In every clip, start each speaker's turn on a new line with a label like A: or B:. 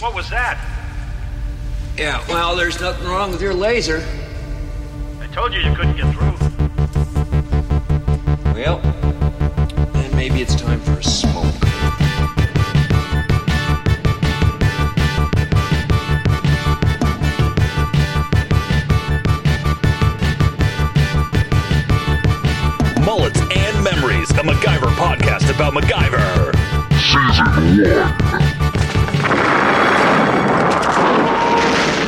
A: What was that?
B: Yeah, well, there's nothing wrong with your laser.
A: I told you you couldn't get through.
B: Well, then maybe it's time for a smoke.
C: Mullets and Memories, a MacGyver podcast about MacGyver.
D: Season 1.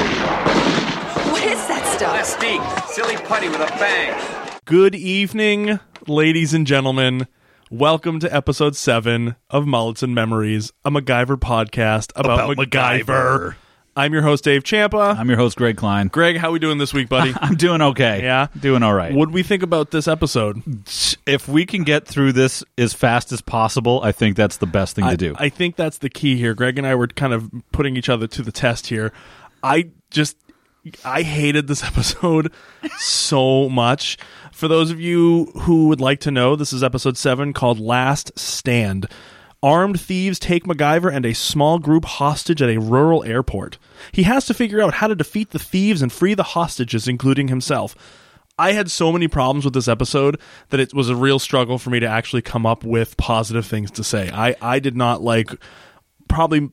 E: What is that stuff?
F: Mystique, silly putty with a bang.
G: Good evening, ladies and gentlemen. Welcome to episode seven of Mullets and Memories, a MacGyver podcast about,
C: About
G: MacGyver.
C: MacGyver.
G: I'm your host, Dave Champa.
H: I'm your host, Greg Klein.
G: Greg, how we doing this week, buddy?
H: I'm doing okay.
G: Yeah?
H: Doing all right.
G: What'd we think about this episode?
H: If we can get through this as fast as possible, I think that's the best thing to do.
G: I think that's the key here. Greg and I were kind of putting each other to the test here. I just I hated this episode so much. For those of you who would like to know, this is episode 7 called Last Stand. Armed thieves take MacGyver and a small group hostage at a rural airport. He has to figure out how to defeat the thieves and free the hostages, including himself. I had so many problems with this episode that it was a real struggle for me to actually come up with positive things to say. I, I did not like probably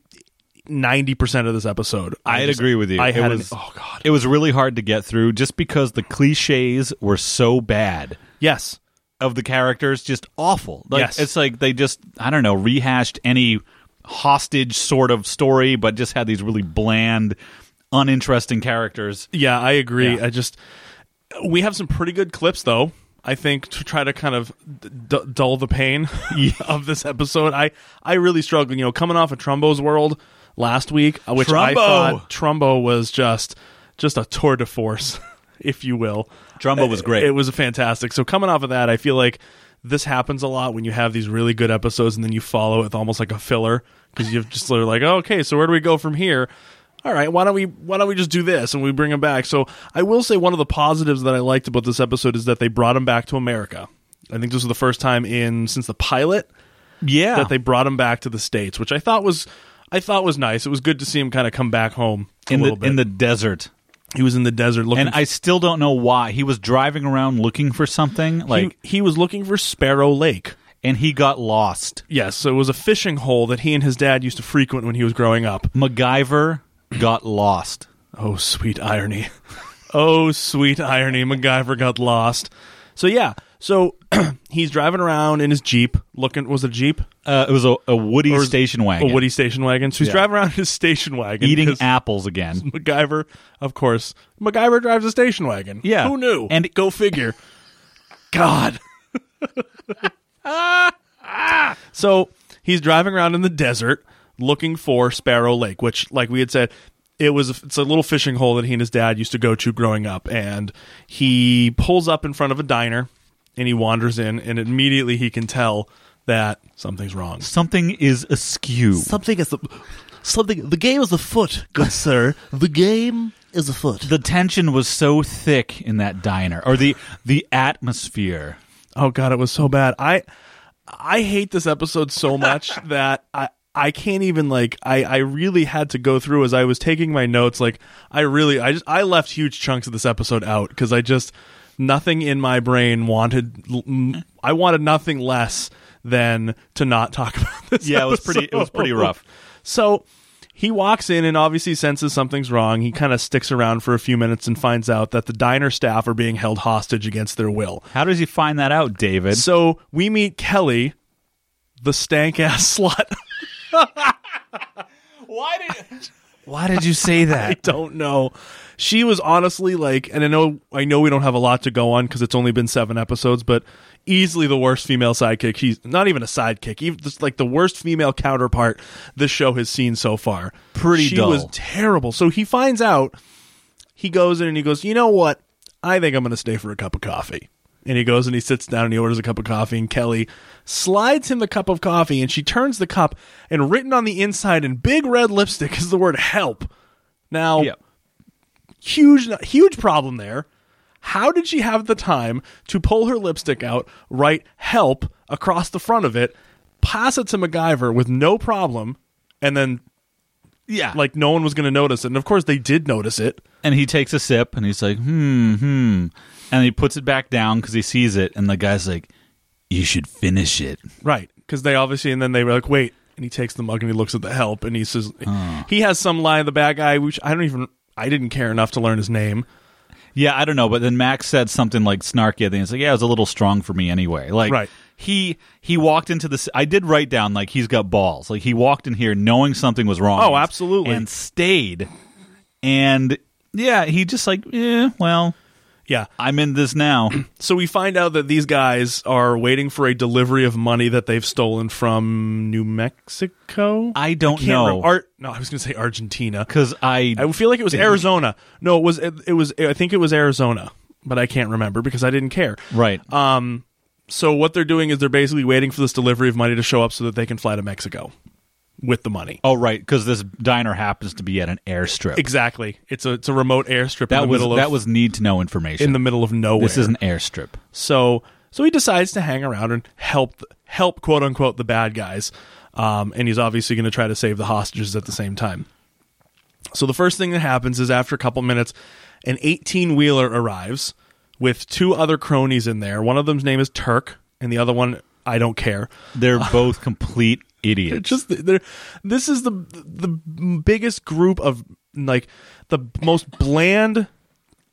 G: 90% of this episode.
H: I'd
G: just-
H: agree with you.
G: I
H: It
G: had
H: was-
G: an, oh god.
H: it was really hard to get through just because the cliches were so bad
G: yes.
H: of the characters, just awful. Like,
G: Yes.
H: It's like they just, I don't know, rehashed any hostage sort of story, but just had these really bland, uninteresting characters.
G: Yeah, I agree.
H: Yeah.
G: I just we have some pretty good clips though. I think to try to kind of d- d- dull the pain of this episode. I I really struggled, you know, coming off of Trumbo's world last week, which I
H: Trumbo!
G: thought Trumbo was just just a tour de force, if you will.
H: Trumbo was great.
G: It was fantastic. So coming off of that, I feel like this happens a lot when you have these really good episodes and then you follow it with almost like a filler because you've just sort of like, oh, okay, so where do we go from here? All right, why don't we why don't we just do this and we bring him back? So I will say one of the positives that I liked about this episode is that they brought him back to America. I think this was the first time in since the pilot
H: yeah.
G: that they brought him back to the states, which I thought was I thought was nice. It was good to see him kind of come back home a
H: in the,
G: little bit.
H: in the desert.
G: he was in the desert looking
H: And I still don't know why. He was driving around looking for something. Like,
G: he, he was looking for Sparrow Lake.
H: and he got lost.
G: Yes, so it was a fishing hole that he and his dad used to frequent when he was growing up.
H: MacGyver got lost.
G: Oh, sweet irony. oh, sweet irony. MacGyver got lost. So yeah, so he's driving around in his jeep, looking. Was it a jeep?
H: Uh, it was a, a Woody
G: Or is-
H: station wagon.
G: A Woody station wagon. So he's
H: Yeah.
G: driving around in his station wagon,
H: eating
G: 'cause
H: apples again.
G: MacGyver, of course. MacGyver drives a station wagon.
H: Yeah.
G: who knew?
H: And-
G: go figure. God. so he's driving around in the desert looking for Sparrow Lake, which, like we had said, it was a, it's a little fishing hole that he and his dad used to go to growing up. And he pulls up in front of a diner and he wanders in, and immediately he can tell that something's wrong.
H: Something is askew.
I: Something is the something. The game is afoot, good sir. The game is afoot.
H: the tension was so thick in that diner, or the the atmosphere.
G: Oh god, it was so bad. I I hate this episode so much that I I can't even like I I really had to go through as I was taking my notes like I really I just I left huge chunks of this episode out cuz I just nothing in my brain wanted l- I wanted nothing less than to not talk about this.
H: Yeah, it was pretty- it was pretty
G: episode.
H: rough.
G: So he walks in and obviously senses something's wrong. He kind of sticks around for a few minutes and finds out that the diner staff are being held hostage against their will.
H: How does he find that out, David?
G: So we meet Kelly, the stank ass slut.
H: Why did you say
G: I
H: that?
G: don't know. She was honestly like, and I know I know we don't have a lot to go on because it's only been seven episodes, but easily the worst female sidekick. He's not even a sidekick, even just like the worst female counterpart this show has seen so far.
H: Pretty
G: She
H: dull.
G: was terrible. So he finds out. He goes in and he goes, you know what? I think I'm going to stay for a cup of coffee. And he goes and he sits down and he orders a cup of coffee. And Kelly slides him the cup of coffee and she turns the cup. And written on the inside in big red lipstick is the word help. Now,
H: Yeah.
G: huge huge problem there. How did she have the time to pull her lipstick out, write help across the front of it, pass it to MacGyver with no problem, and then
H: Yeah.
G: Like no one was going to notice it. And of course they did notice it.
H: and he takes a sip and he's like, hmm, hmm. And he puts it back down because he sees it. And the guy's like, you should finish it.
G: Right. Because they obviously, and then they were like, wait. And he takes the mug and he looks at the help and he says, he has some lie, the bad guy, which I don't even, I didn't care enough to learn his name.
H: Yeah, I don't know. But then Max said something like snarky. And he's like, yeah, it was a little strong for me anyway. Like,
G: Right.
H: he he walked into this. I did write down, like, he's got balls. Like, he walked in here knowing something was wrong.
G: Oh, absolutely.
H: And stayed. And yeah, he just like, eh, well,
G: Yeah.
H: I'm in this now.
G: So we find out that these guys are waiting for a delivery of money that they've stolen from New Mexico.
H: I don't
G: Can't
H: know.
G: remember. Art, no, I was going to say Argentina.
H: Because I,
G: I feel like it was
H: Didn't-
G: Arizona. No, it was it was I think it was Arizona, but I can't remember because I didn't care.
H: right.
G: Uh, So what they're doing is they're basically waiting for this delivery of money to show up so that they can fly to Mexico with the money.
H: oh, right. Because this diner happens to be at an airstrip.
G: Exactly. It's a it's a remote airstrip in
H: That
G: the
H: was
G: middle of
H: that was need to know information.
G: in the middle of nowhere.
H: this is an airstrip.
G: So so he decides to hang around and help help quote unquote the bad guys, um, and he's obviously going to try to save the hostages at the same time. So the first thing that happens is after a couple minutes, an eighteen wheeler arrives with two other cronies in there. One of them's name is Turk, and the other one I don't care.
H: They're both complete
G: They're
H: idiots.
G: just they're, this is the the biggest group of like the most bland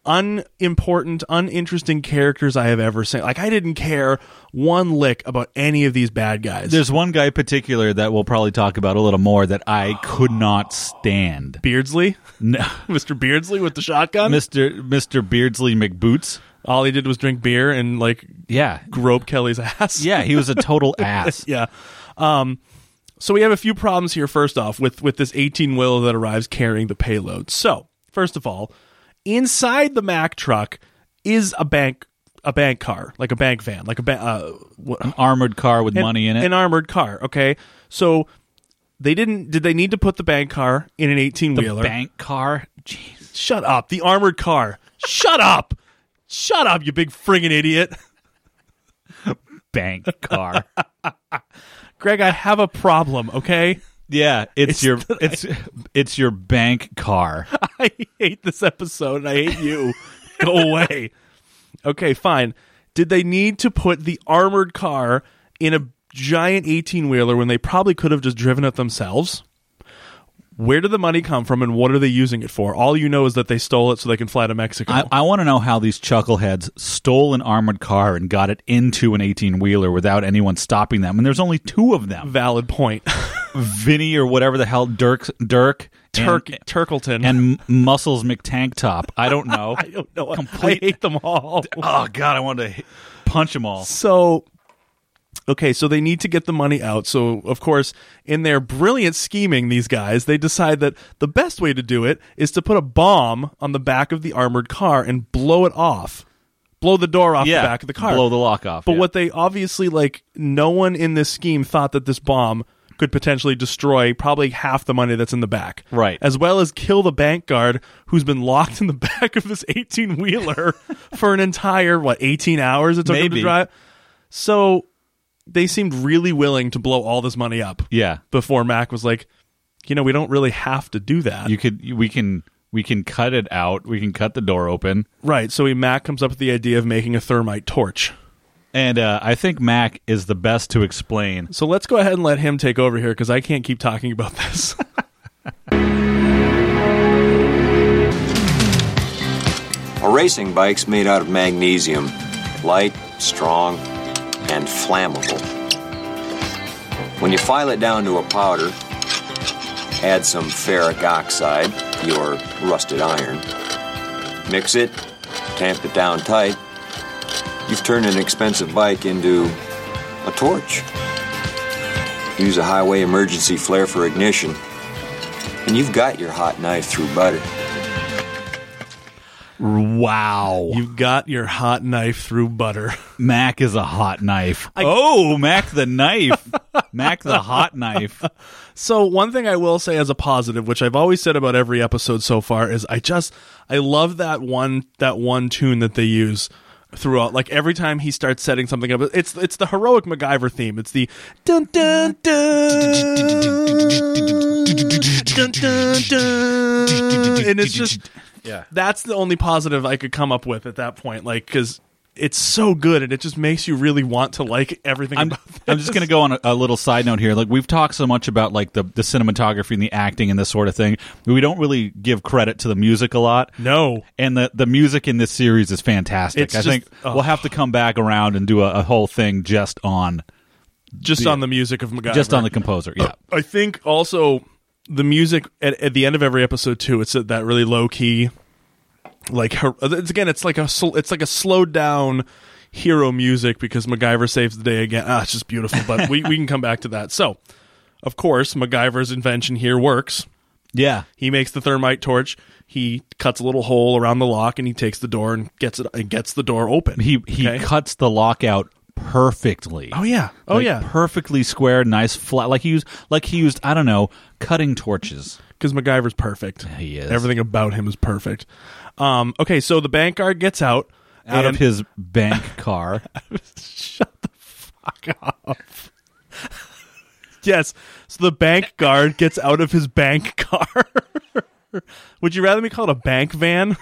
G: unimportant uninteresting characters i have ever seen like i didn't care one lick about any of these bad guys
H: There's one guy in particular that we'll probably talk about a little more that I could not stand.
G: beardsley
H: No.
G: mr beardsley with the shotgun
H: Mr. Mr. Beardsley McBoots.
G: all he did was drink beer and like
H: Yeah.
G: grope kelly's ass
H: Yeah, he was a total ass.
G: yeah. Um, so we have a few problems here. First off, with with this 18 wheeler that arrives carrying the payload. So first of all, inside the Mack truck is a bank a bank car, like a bank van, like a ba- uh, what,
H: Armored car with
G: an-
H: money in it.
G: an armored car. Okay, so they didn't. Did they need to put the bank car in an 18
H: the
G: wheeler?
H: bank car. Jeez.
G: Shut up. The armored car. Shut up. Shut up, you big friggin' idiot.
H: Bank car.
G: Greg, I have a problem, okay?
H: yeah, it's, your it's it's your bank car.
G: I hate this episode and I hate you. Go away. Okay, fine. Did they need to put the armored car in a giant 18 wheeler when they probably could have just driven it themselves? Where did the money come from and what are they using it for? All you know is that they stole it so they can fly to Mexico.
H: I, I want to know how these chuckleheads stole an armored car and got it into an 18 wheeler without anyone stopping them. And there's only two of them
G: Valid point.
H: Mm. Vinny or whatever the hell, Dirk, Dirk, and-
G: Turk, Turkleton.
H: and, Muscles McTank Top. I don't know.
G: I don't know.
H: Complete-
G: I hate them all.
H: oh, God, I wanted to hit- punch them all.
G: So, okay, so they need to get the money out. So, of course, in their brilliant scheming, these guys, they decide that the best way to do it is to put a bomb on the back of the armored car and blow it off. Blow the door off
H: Yeah,
G: the back of the car.
H: blow the lock off,
G: But
H: yeah.
G: what they obviously like, no one in this scheme thought that this bomb could potentially destroy probably half the money that's in the back.
H: Right.
G: As well as kill the bank guard who's been locked in the back of this 18 wheeler for an entire, what, 18 hours it took him
H: Maybe.
G: to drive? So they seemed really willing to blow all this money up
H: Yeah.
G: before Mac was like, you know, we don't really have to do that.
H: You could, you- we can, we can cut it out. We can cut the door open.
G: right. So he, Mac comes up with the idea of making a thermite torch.
H: And uh, I think Mac is the best to explain.
G: So let's go ahead and let him take over here because I can't keep talking about this.
J: A racing bike's made out of magnesium, light, strong, and flammable. When you file it down to a powder, add some ferric oxide, your rusted iron, mix it, tamp it down tight, you've turned an expensive bike into a torch. Use a highway emergency flare for ignition, and you've got your hot knife through butter.
H: Wow.
G: You've got your hot knife through butter.
H: Mac is a hot knife. oh, Mac the knife. Mac the hot knife.
G: So one thing I will say as a positive, which I've always said about every episode so far, is I just I love that one that one tune that they use throughout. Like every time he starts setting something up, it's it's the heroic MacGyver theme. It's the dun dun dun, dun, dun, dun. and it's just
H: Yeah.
G: that's the only positive I could come up with at that point. Like because. It's so good, and it just makes you really want to like everything
H: I'm,
G: about this.
H: I'm just going to go on a, a little side note here. Like we've talked so much about like the, the cinematography and the acting and this sort of thing. We don't really give credit to the music a lot.
G: No.
H: And the, the music in this series is fantastic.
G: It's
H: I
G: just-
H: think
G: oh.
H: we'll have to come back around and do a, a whole thing just on
G: just
H: the-
G: on the music of MacGyver.
H: just on the composer. Yeah.
G: I think also the music at, at the end of every episode too. It's at that really low key, like her, it's again, it's like a sl- it's like a slowed down hero music because MacGyver saves the day again. Ah, it's just beautiful. But we we can come back to that. So, of course, MacGyver's invention here works.
H: Yeah.
G: He makes the thermite torch. He cuts a little hole around the lock, and he takes the door and gets it and gets the door open.
H: He he
G: Okay?
H: cuts the lock out perfectly.
G: Oh yeah. Oh
H: Like,
G: yeah.
H: Perfectly squared, nice flat. Like he used like he used I don't know, cutting torches.
G: because MacGyver's perfect.
H: he is.
G: Everything about him is perfect. Um, okay, so the bank guard gets out
H: Out
G: and-
H: of his bank car.
G: Yes, so the bank guard gets out of his bank car. Would you rather me call it a bank van?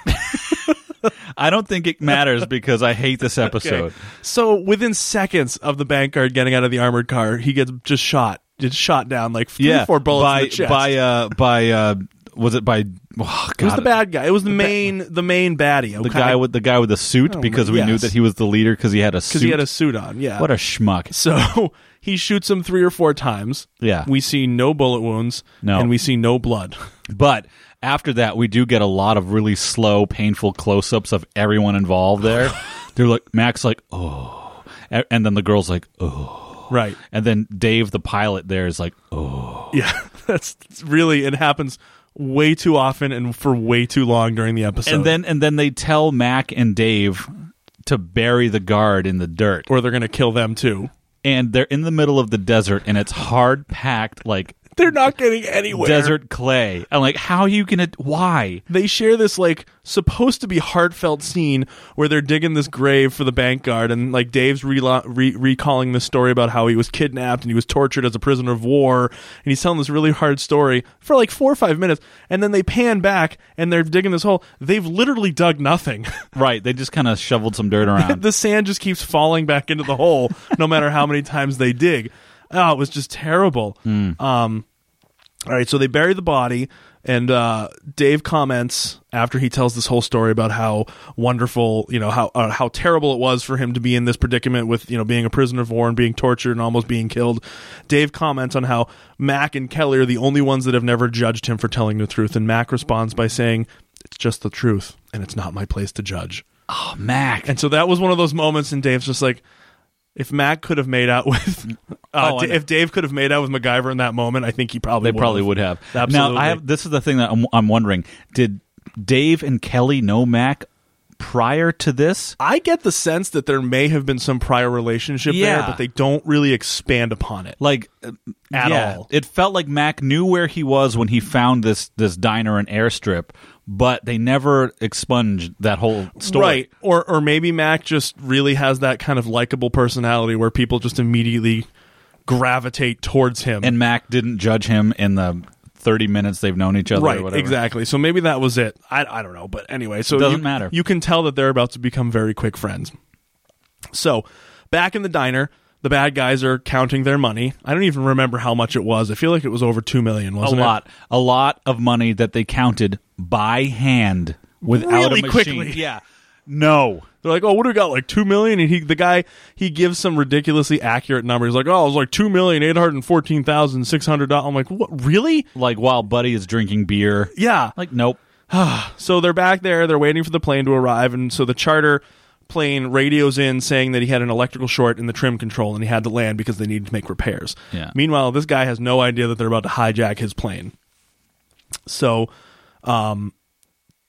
H: I don't think it matters because I hate this episode.
G: Okay. So within seconds of the bank guard getting out of the armored car, he gets just shot. Just shot down like three,
H: Yeah,
G: four bullets
H: by
G: in the chest.
H: by uh by uh was it by oh,
G: Who's
H: God,
G: the bad guy? It was the main, the main baddie.
H: the
G: okay?
H: guy with the guy with the suit
G: Oh,
H: because we
G: yes.
H: knew that he was the leader because he had a suit.
G: because he had a suit on. Yeah,
H: what a schmuck.
G: So he shoots him three or four times.
H: Yeah.
G: We see no bullet wounds.
H: No.
G: And we see no blood.
H: But after that, we do get a lot of really slow, painful close-ups of everyone involved. There, they're like Max, like oh, A- and then the girl's like oh,
G: Right.
H: and then Dave, the pilot, there is like oh.
G: Yeah. That's it's really, it happens way too often and for way too long during the episode.
H: and then and then they tell Mac and Dave to bury the guard in the dirt.
G: or they're going to kill them too.
H: and they're in the middle of the desert and it's hard packed like
G: They're not getting anywhere.
H: desert clay. I'm like, how are you gonna why?
G: They share this, like, supposed to be heartfelt scene where they're digging this grave for the bank guard, and, like, Dave's relo- re- recalling this story about how he was kidnapped and he was tortured as a prisoner of war, and he's telling this really hard story for, like, four or five minutes, and then they pan back and they're digging this hole. They've literally dug nothing.
H: Right, they just kind of shoveled some dirt around.
G: the sand just keeps falling back into the hole no matter how many times they dig. Oh, it was just terrible. Um, all right, so they bury the body, and uh, Dave comments after he tells this whole story about how wonderful, you know, how uh, how terrible it was for him to be in this predicament with, you know, being a prisoner of war and being tortured and almost being killed. Dave comments on how Mac and Kelly are the only ones that have never judged him for telling the truth, and Mac responds by saying, "It's just the truth, and it's not my place to judge."
H: oh, Mac.
G: And so that was one of those moments, and Dave's just like, if Mac could have made out with, uh,
H: Oh, I
G: D-
H: know.
G: if Dave could have made out with MacGyver in that moment, I think he probably
H: they probably would have.
G: Absolutely.
H: Now I have this is the thing that I'm, I'm wondering. Did Dave and Kelly know Mac prior to this?
G: I get the sense that there may have been some prior relationship there,
H: Yeah.
G: but they don't really expand upon it.
H: Like uh,
G: At
H: yeah.
G: all.
H: It felt like Mac knew where he was when he found this this diner and airstrip, but they never expunged that whole story.
G: Right, or or maybe Mac just really has that kind of likable personality where people just immediately gravitate towards him.
H: and Mac didn't judge him in the 30 minutes they've known each other
G: right,
H: or whatever.
G: exactly. So maybe that was it. I, I don't know, but anyway, so
H: Doesn't
G: you-
H: matter.
G: You can tell that they're about to become very quick friends. So, back in the diner, the bad guys are counting their money. I don't even remember how much it was. I feel like it was over two million,
H: A
G: wasn't it?
H: lot. A lot of money that they counted by hand without
G: Really
H: a machine.
G: quickly.
H: Yeah. No.
G: They're like, "Oh, what do we got? Like two million? And he, the guy, he gives some ridiculously accurate number. He's like, "Oh, it was like two million eight hundred fourteen thousand six hundred dollars." I'm like, "What? Really?
H: Like while Buddy is drinking beer.
G: Yeah."
H: Like nope.
G: So they're back there. They're waiting for the plane to arrive, and so the charter plane radios in saying that he had an electrical short in the trim control and he had to land because they needed to make repairs.
H: Yeah.
G: Meanwhile, this guy has no idea that they're about to hijack his plane. So, um,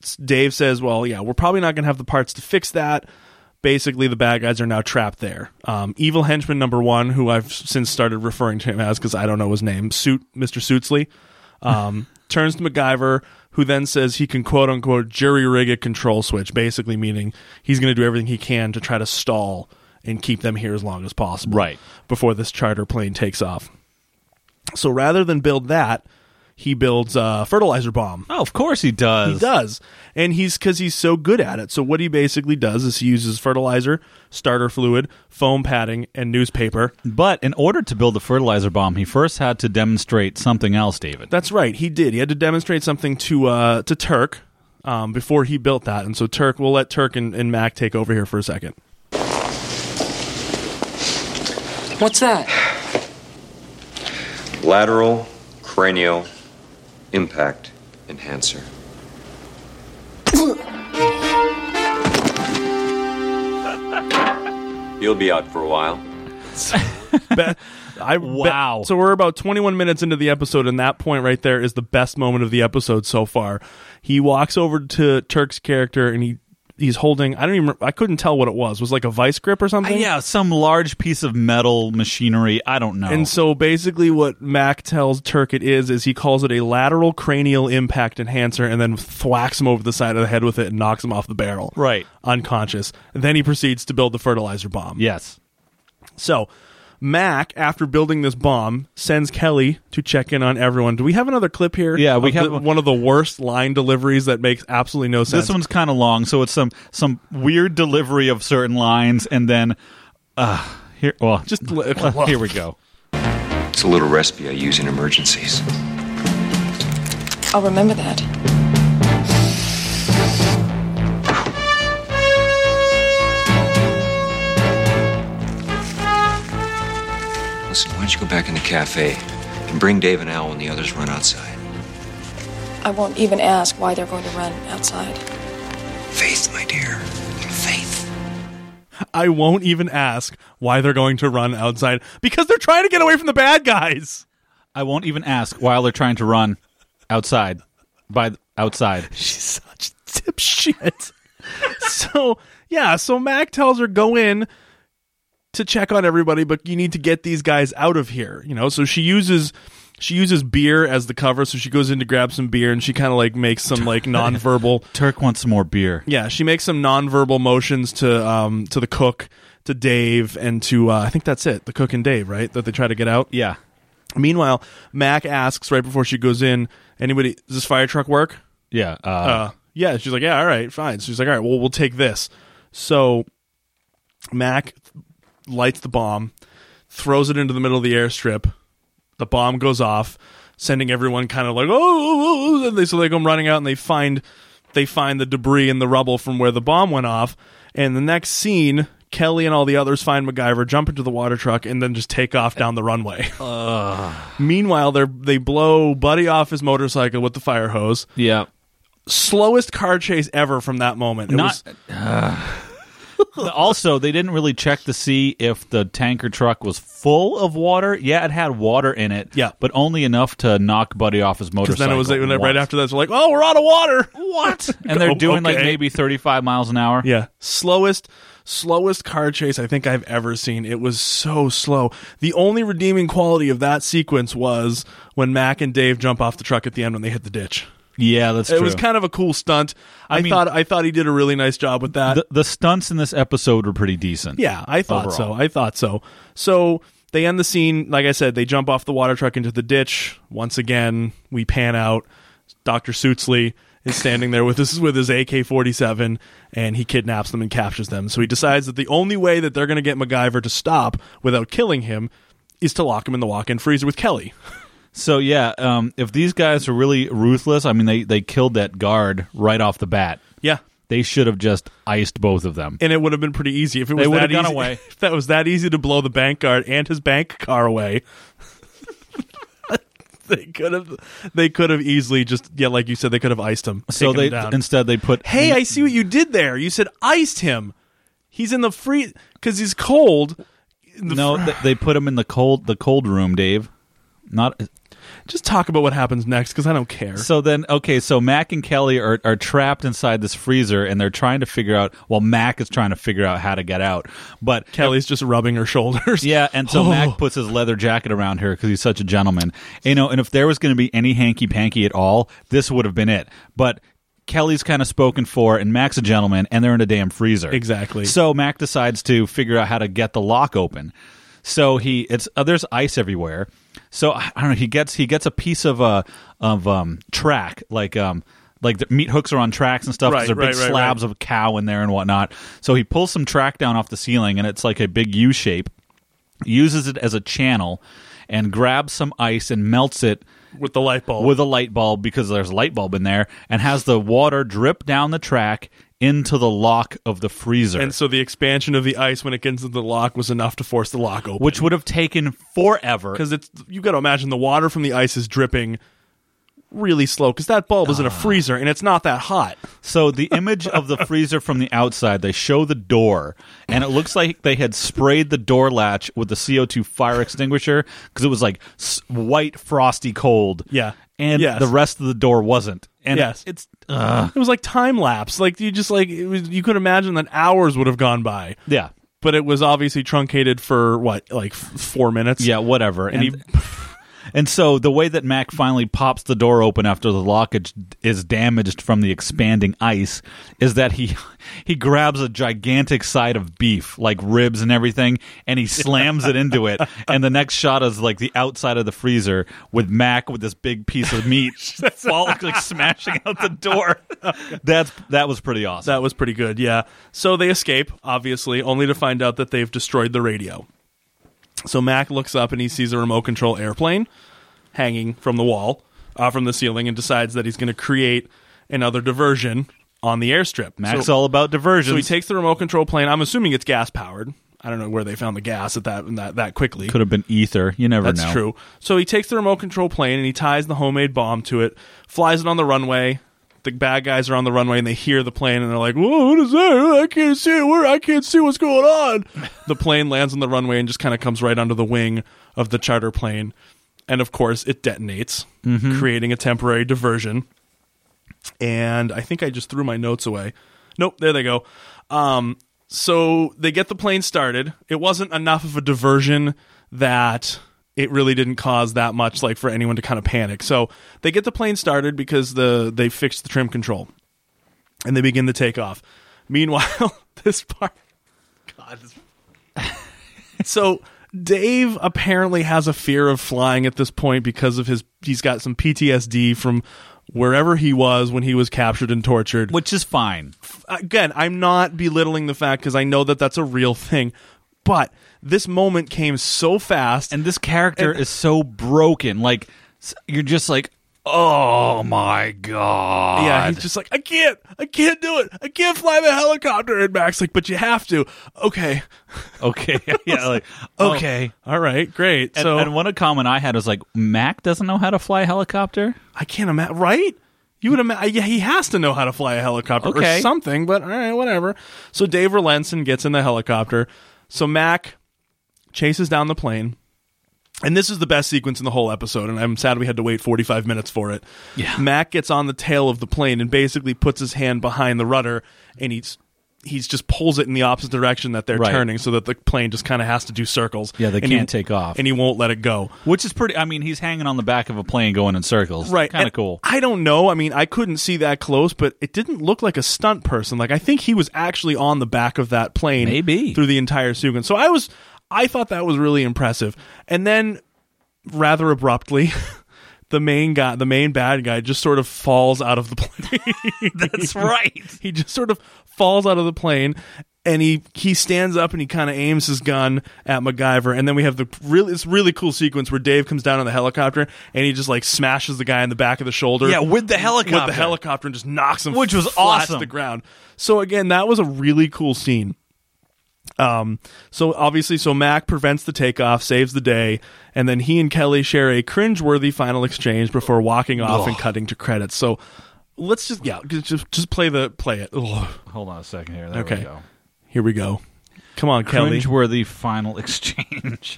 G: s- Dave says, "Well, yeah, we're probably not going to have the parts to fix that." Basically, the bad guys are now trapped there. Um, evil henchman number one, who I've since started referring to him as because I don't know his name, suit Mister Suitsley. Um, turns to MacGyver, who then says he can quote unquote jury rig a control switch, basically meaning he's going to do everything he can to try to stall and keep them here as long as possible
H: Right.
G: before this charter plane takes off. So rather than build that, he builds a fertilizer bomb.
H: Oh, of course he does.
G: He does. And he's because he's so good at it. So what he basically does is he uses fertilizer, starter fluid, foam padding, and newspaper.
H: But in order to build the fertilizer bomb, he first had to demonstrate something else, David.
G: That's right. He did. He had to demonstrate something to uh, to Turk um, before he built that. And so Turk, we'll let Turk and, and Mac take over here for a second.
B: What's that?
J: Lateral cranial impact enhancer. You'll be out for a while.
G: Be- I bet-
H: Wow.
G: so we're about 21 minutes into the episode, and that point right there is the best moment of the episode so far. He walks over to Turk's character, and he he's holding. I don't even. I couldn't tell what it was. Was it like a vice grip or something.
H: yeah, some large piece of metal machinery. I don't know.
G: And so basically, what Mac tells Turk it is is he calls it a lateral cranial impact enhancer, and then thwacks him over the side of the head with it and knocks him off the barrel,
H: Right.
G: Unconscious. Then he proceeds to build the fertilizer bomb.
H: yes.
G: So, Mac, after building this bomb, sends Kelly to check in on everyone. Do we have another clip here?
H: Yeah, we
G: Of the-
H: have one-
G: one of the worst line deliveries that makes absolutely no sense.
H: This one's kind of long, so it's some some weird delivery of certain lines, and then uh, here. Well, just
G: just li-
H: here we go.
J: It's a little recipe I use in emergencies.
E: I'll remember that.
J: Listen, why don't you go back in the cafe and bring Dave and Al when the others run outside?
E: I won't even ask why they're going to run outside.
J: Faith, my dear. Faith.
G: I won't even ask why they're going to run outside because they're trying to get away from the bad guys.
H: I won't even ask while they're trying to run outside. By th- outside,
G: She's such a dipshit. so yeah, so Mac tells her go in to check on everybody, but you need to get these guys out of here. You know, so she uses she uses beer as the cover. So she goes in to grab some beer, and she kind of like makes some like nonverbal.
H: Turk wants some more beer.
G: Yeah, she makes some nonverbal motions to um to the cook, to Dave, and to uh, I think that's it. The cook and Dave, right? That they try to get out.
H: Yeah,
G: Meanwhile, Mac asks right before she goes in, anybody does this fire truck work?
H: yeah. Uh,
G: uh, yeah. She's like, yeah, all right, fine. So she's like, all right, well, we'll take this. So Mac lights the bomb, throws it into the middle of the airstrip. The bomb goes off, sending everyone kind of like, oh, oh, oh," and they, so they come running out and they find they find the debris and the rubble from where the bomb went off. And the next scene, Kelly and all the others find MacGyver, jump into the water truck, and then just take off down the runway. Meanwhile, they they blow Buddy off his motorcycle with the fire hose
H: yeah.
G: slowest car chase ever from that moment. It
H: Not.
G: was,
H: also, they didn't really check to see if the tanker truck was full of water. Yeah, it had water in it.
G: Yeah.
H: but only enough to knock Buddy off his
G: because
H: motorcycle.
G: then it was like, right
H: once.
G: after that. They're like, oh, we're out of water.
H: What? And they're
G: Oh,
H: doing like
G: okay.
H: maybe thirty-five miles an hour.
G: Yeah, slowest slowest car chase I think I've ever seen. It was so slow. The only redeeming quality of that sequence was when Mac and Dave jump off the truck at the end when they hit the ditch.
H: yeah, that's
G: It
H: true.
G: was kind of a cool stunt. I,
H: mean-
G: thought I thought he did a really nice job with that.
H: the, the stunts in this episode were pretty decent.
G: Yeah, I thought so.
H: Overall.
G: I thought so. So they end the scene. Like I said, they jump off the water truck into the ditch. Once again, we pan out. Doctor Suitsley is standing there with his with his AK forty seven, and he kidnaps them and captures them. So he decides that the only way that they're going to get MacGyver to stop without killing him is to lock him in the walk-in freezer with Kelly.
H: So yeah, um, if these guys were really ruthless, I mean, they they killed that guard right off the bat.
G: Yeah.
H: They should have just iced both of them.
G: And it would have been pretty easy if it
H: They
G: was
H: would have
G: that
H: gone
G: easy.
H: away.
G: If that was that easy to blow the bank guard and his bank car away, they could have. They could have easily just yeah, like you said, they could have iced him.
H: So
G: taken
H: they
G: him down.
H: instead they put
G: hey, I see what you did there. You said iced him. He's in the free because he's cold.
H: no, th- they put him in the cold the cold room, Dave. Not
G: Just talk about what happens next because I don't care.
H: So then, okay, so Mac and Kelly are, are trapped inside this freezer and they're trying to figure out, well, Mac is trying to figure out how to get out. But
G: Kelly's just rubbing her shoulders.
H: Yeah, and so Mac puts his leather jacket around her because he's such a gentleman. You know, and if there was going to be any hanky panky at all, this would have been it. But Kelly's kind of spoken for, and Mac's a gentleman, and they're in a damn freezer.
G: Exactly.
H: So Mac decides to figure out how to get the lock open. So he it's uh, there's ice everywhere. So I I don't know. He gets he gets a piece of uh, of um, track like um like the meat hooks are on tracks and stuff. 'cause
G: Right,
H: they're big
G: right, right,
H: slabs
G: right.
H: of cow in there and whatnot. So he pulls some track down off the ceiling, and it's like a big U shape. Uses it as a channel, and grabs some ice and melts it
G: with the light bulb.
H: with a light bulb because there's a light bulb in there and has the water drip down the track into the lock of the freezer
G: and so the expansion of the ice when it gets into the lock was enough to force the lock open.
H: which would have taken forever
G: because it's you got to imagine the water from the ice is dripping really slow because that bulb is in a freezer and it's not that hot.
H: so the image of the freezer from the outside they show the door and it looks like they had sprayed the door latch with the co2 fire extinguisher because it was like s- white frosty cold
G: Yeah.
H: and
G: Yes.
H: the rest of the door wasn't and
G: Yes.
H: it's uh,
G: It was like time lapse. Like you just like it was, you could imagine that hours would have gone by,
H: yeah
G: but it was obviously truncated for what like f- four minutes.
H: Yeah, whatever. And, and, so the way that Mac finally pops the door open after the lockage is damaged from the expanding ice is that he he grabs a gigantic side of beef, like ribs and everything, and he slams it into it. And the next shot is like the outside of the freezer with Mac with this big piece of meat fall, like smashing out the door. That's that was pretty awesome.
G: That was pretty good, yeah. So they escape, obviously, only to find out that they've destroyed the radio. So Mac looks up and he sees a remote control airplane hanging from the wall, uh, from the ceiling, and decides that he's going to create another diversion on the airstrip.
H: Mac's
G: so,
H: all about diversion.
G: so he takes the remote control plane. I'm assuming it's gas powered. I don't know where they found the gas at that that, that quickly.
H: could have been ether. You never
G: That's
H: know.
G: true. So he takes the remote control plane and he ties the homemade bomb to it, flies it on the runway. The bad guys are on the runway and they hear the plane and they're like, "Whoa, what is that? I can't see it. Where I can't see what's going on." the plane lands on the runway and just kind of comes right under the wing of the charter plane, and of course it detonates,
H: Mm-hmm.
G: creating a temporary diversion. And I think I just threw my notes away. Nope, there they go. Um, so they get the plane started. It wasn't enough of a diversion that it really didn't cause that much like for anyone to kind of panic. So they get the plane started because the they fixed the trim control. And they begin the takeoff. Meanwhile, this part God. this- so Dave apparently has a fear of flying at this point because of his he's got some PTSD from wherever he was when he was captured and tortured
H: Which is fine.
G: again, I'm not belittling the fact because I know that that's a real thing, but this moment came so fast.
H: and this character is so broken like s- you're just like oh my god
G: yeah, he's just like, I can't, I can't do it, I can't fly the helicopter. And Max like, but you have to. Okay,
H: okay yeah like okay
G: all right, great.
H: and,
G: so
H: and one comment i had was like mac doesn't know how to fly a helicopter
G: I can't imagine, right? You would imagine, yeah, he has to know how to fly a helicopter
H: Okay.
G: or something, but all right, whatever. So Dave relents and gets in the helicopter. So Mac chases down the plane. And this is the best sequence in the whole episode, and I'm sad we had to wait 45 minutes for it.
H: Yeah.
G: Mac gets on the tail of the plane and basically puts his hand behind the rudder, and he's he's just pulls it in the opposite direction that they're
H: Right.
G: turning, so that the plane just kind of has to do circles.
H: Yeah, they
G: And he-
H: can't take off.
G: and he won't let it go.
H: which is pretty i mean he's hanging on the back of a plane going in circles
G: Right.
H: kind of
G: and
H: cool
G: I don't know. I mean, I couldn't see that close, but it didn't look like a stunt person. Like I think he was actually on the back of that plane
H: Maybe.
G: through the entire sequence. So I was I thought that was really impressive. And then rather abruptly, the main guy, the main bad guy just sort of falls out of the plane.
H: that's right
G: he just sort of falls out of the plane and he he stands up and he kind of aims his gun at MacGyver and then we have the really this really cool sequence where Dave comes down on the helicopter and he just like smashes the guy in the back of the shoulder
H: yeah with the helicopter
G: with the helicopter and just knocks him
H: Which was
G: flat
H: awesome.
G: to the ground. So again, that was a really cool scene. Um, so obviously, so Mac prevents the takeoff, saves the day, and then he and Kelly share a cringeworthy final exchange before walking off and cutting to credits. So let's just yeah, just- just just play the play it. Ugh.
H: hold on a second here there
G: Okay.
H: we go
G: Here we go. Come on, Kelly.
H: cringeworthy final exchange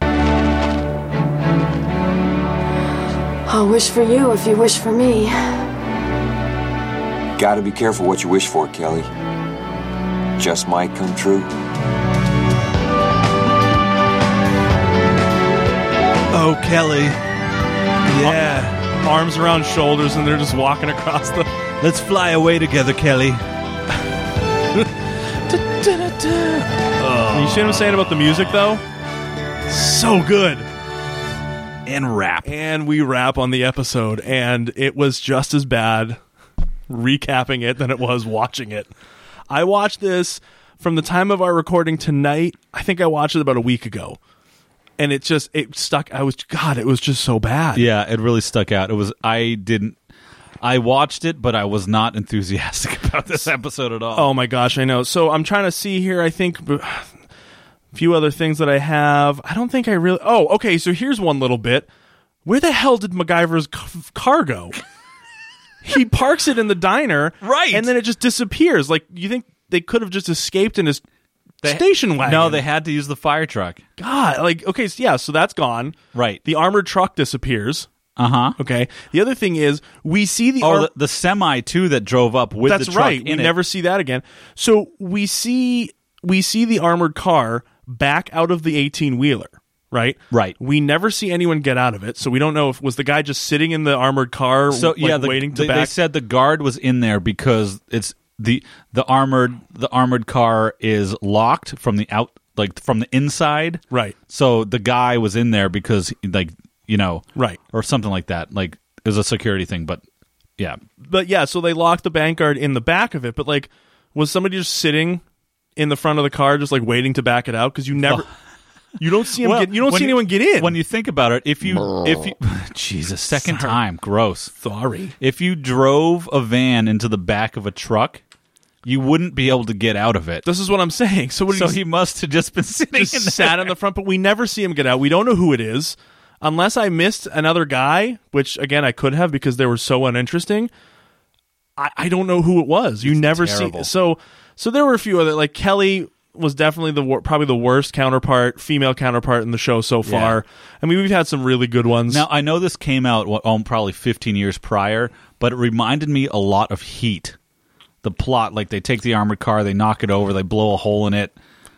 K: I'll wish for you if you wish for me.
J: Gotta be careful what you wish for, Kelly. Just might come true.
G: Oh, Kelly. Yeah. Arms around shoulders, and they're just walking across the.
H: Let's fly away together, Kelly. Oh.
G: You see what I'm saying about the music, though? So good.
H: And rap.
G: And we wrap on the episode, and it was just as bad recapping it than it was watching it. I watched this from the time of our recording tonight. I think I watched it about a week ago. And it just it stuck. I was God. It was just so bad.
H: Yeah, it really stuck out. It was I didn't I watched it, but I was not enthusiastic about this episode at all.
G: Oh my gosh, I know. So I'm trying to see here. I think b- a few other things that I have. I don't think I really. Oh, okay. So here's one little bit. Where the hell did MacGyver's c- cargo? he parks it in the diner,
H: Right.
G: And then it just disappears. Like you think they could have just escaped in his
H: They-
G: station wagon?
H: No, they had to use the fire truck.
G: God, like okay, so yeah. So that's gone.
H: Right.
G: The armored truck disappears.
H: Uh huh.
G: Okay. The other thing is we see the
H: Oh,
G: arm-
H: the, the semi too that drove up with
G: That's
H: the truck
G: right.
H: in
G: we
H: it.
G: never see that again. So we see we see the armored car back out of the eighteen wheeler. Right.
H: Right.
G: We never see anyone get out of it, so we don't know if was the guy just sitting in the armored car,
H: so
G: like,
H: yeah, the,
G: waiting to
H: they,
G: back.
H: they said the guard was in there because it's the the armored the armored car is locked from the out like from the inside.
G: Right.
H: So the guy was in there because like you know
G: Right.
H: or something like that. Like it was a security thing, but yeah,
G: but yeah, so they locked the bank guard in the back of it. But like, was somebody just sitting in the front of the car, just like waiting to back it out? Because you never, you don't see him.
H: Well,
G: get, you don't
H: when
G: see anyone get in.
H: When you think about it, if you if you Jesus, second time, gross.
G: sorry,
H: If you drove a van into the back of a truck, you wouldn't be able to get out of it.
G: this is what I'm saying. So what
H: So
G: do
H: he
G: you
H: must have just been sitting
G: just
H: in there.
G: sat in the front, but we never see him get out. We don't know who it is, unless I missed another guy, which again I could have because they were so uninteresting. I, I don't know who it was. You never
H: terrible.
G: see so so there were a few other like Kelly was definitely the wor- probably the worst counterpart female counterpart in the show so far. I mean we've had some really good ones.
H: Now I know this came out what, oh, probably 15 years prior, but it reminded me a lot of Heat. The plot, like they take the armored car, they knock it over, they blow a hole in it.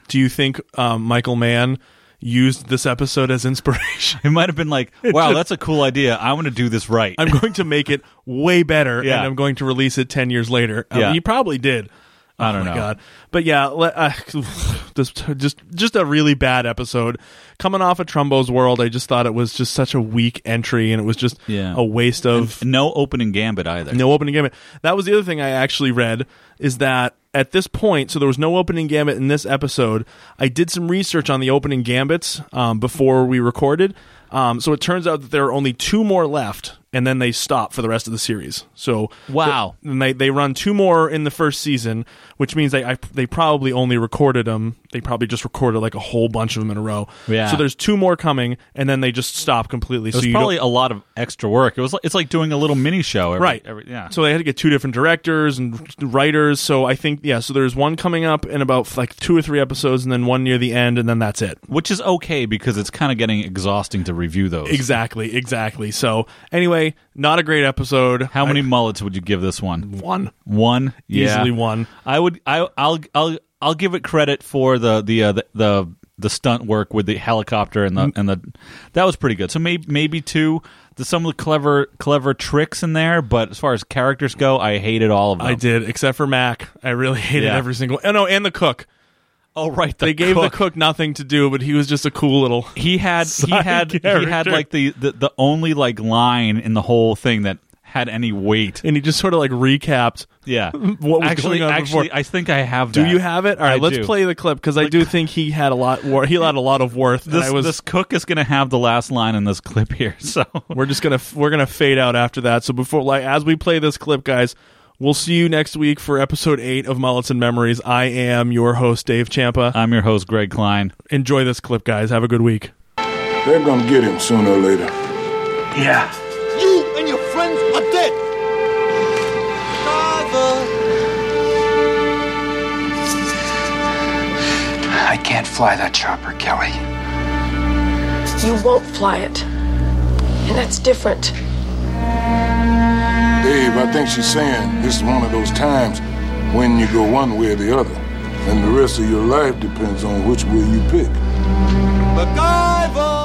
G: Do you think um, Michael Mann used this episode as inspiration?
H: It might have been like, wow, that's a cool idea. I want to do this right.
G: I'm going to make it way better,
H: Yeah.
G: and I'm going to release it ten years later. I mean,
H: Yeah.
G: he probably did.
H: I don't
G: oh my
H: know.
G: God. But yeah, le- uh, just just just a really bad episode. Coming off of Trumbo's World, I just thought it was just such a weak entry, and it was just
H: Yeah.
G: a waste of
H: no opening gambit either.
G: no opening gambit. That was the other thing I actually read is that at this point, so there was no opening gambit in this episode. I did some research on the opening gambits um, before we recorded. Um, so it turns out that there are only two more left, and then they stop for the rest of the series. So
H: Wow.
G: and they they run two more in the first season, which means they I, they probably only recorded them. They probably just recorded like a whole bunch of them in a row.
H: Yeah.
G: So there's two more coming, and then they just stop completely.
H: It was
G: so you don't-
H: probably a lot of extra work. It was like, it's like doing a little mini show. Every,
G: right
H: Every, yeah.
G: so they had to get two different directors and writers so i think yeah so there's one coming up in about like two or three episodes and then one near the end and then that's it
H: which is okay because it's kind of getting exhausting to review those.
G: exactly exactly so anyway not a great episode
H: How many
G: I-
H: mullets would you give this one?
G: one
H: One, yeah.
G: Easily one.
H: I would. I, I'll. I'll. I'll give it credit for the the, uh, the the the stunt work with the helicopter and the
G: Mm.
H: and the that was pretty good. So maybe maybe two. There's some of the clever clever tricks in there, but as far as characters go, I hated all of them.
G: i did except for mac i really hated
H: Yeah.
G: every single oh no and the cook
H: Oh right, the
G: they gave
H: cook.
G: the cook nothing to do but he was just a cool little
H: he had he
G: Side
H: had he had
G: character.
H: like the, the the only like line in the whole thing that had any weight.
G: and he just sort of like recapped
H: Yeah.
G: What was
H: actually,
G: going on
H: actually,
G: before.
H: I think I have.
G: do
H: that.
G: you have it? All right,
H: I
G: let's
H: do.
G: play the clip because I do think he had a lot. Wor- he had a lot of worth. and
H: This,
G: I was,
H: this cook is going to have the last line in this clip here. So
G: We're just gonna we're gonna fade out after that. So before like as we play this clip, guys, we'll see you next week for episode eight of Mullets and Memories. I am your host Dave Champa.
H: I'm your host, Greg Klein.
G: Enjoy this clip, guys. Have a good week.
D: They're gonna get him sooner or later.
A: Yeah.
I: You and your friends are dead.
B: I can't fly that chopper, Kelly.
K: You won't fly it.
E: And that's different.
D: Dave, I think she's saying this is one of those times when you go one way or the other, and the rest of your life depends on which way you pick.
F: MacGyver!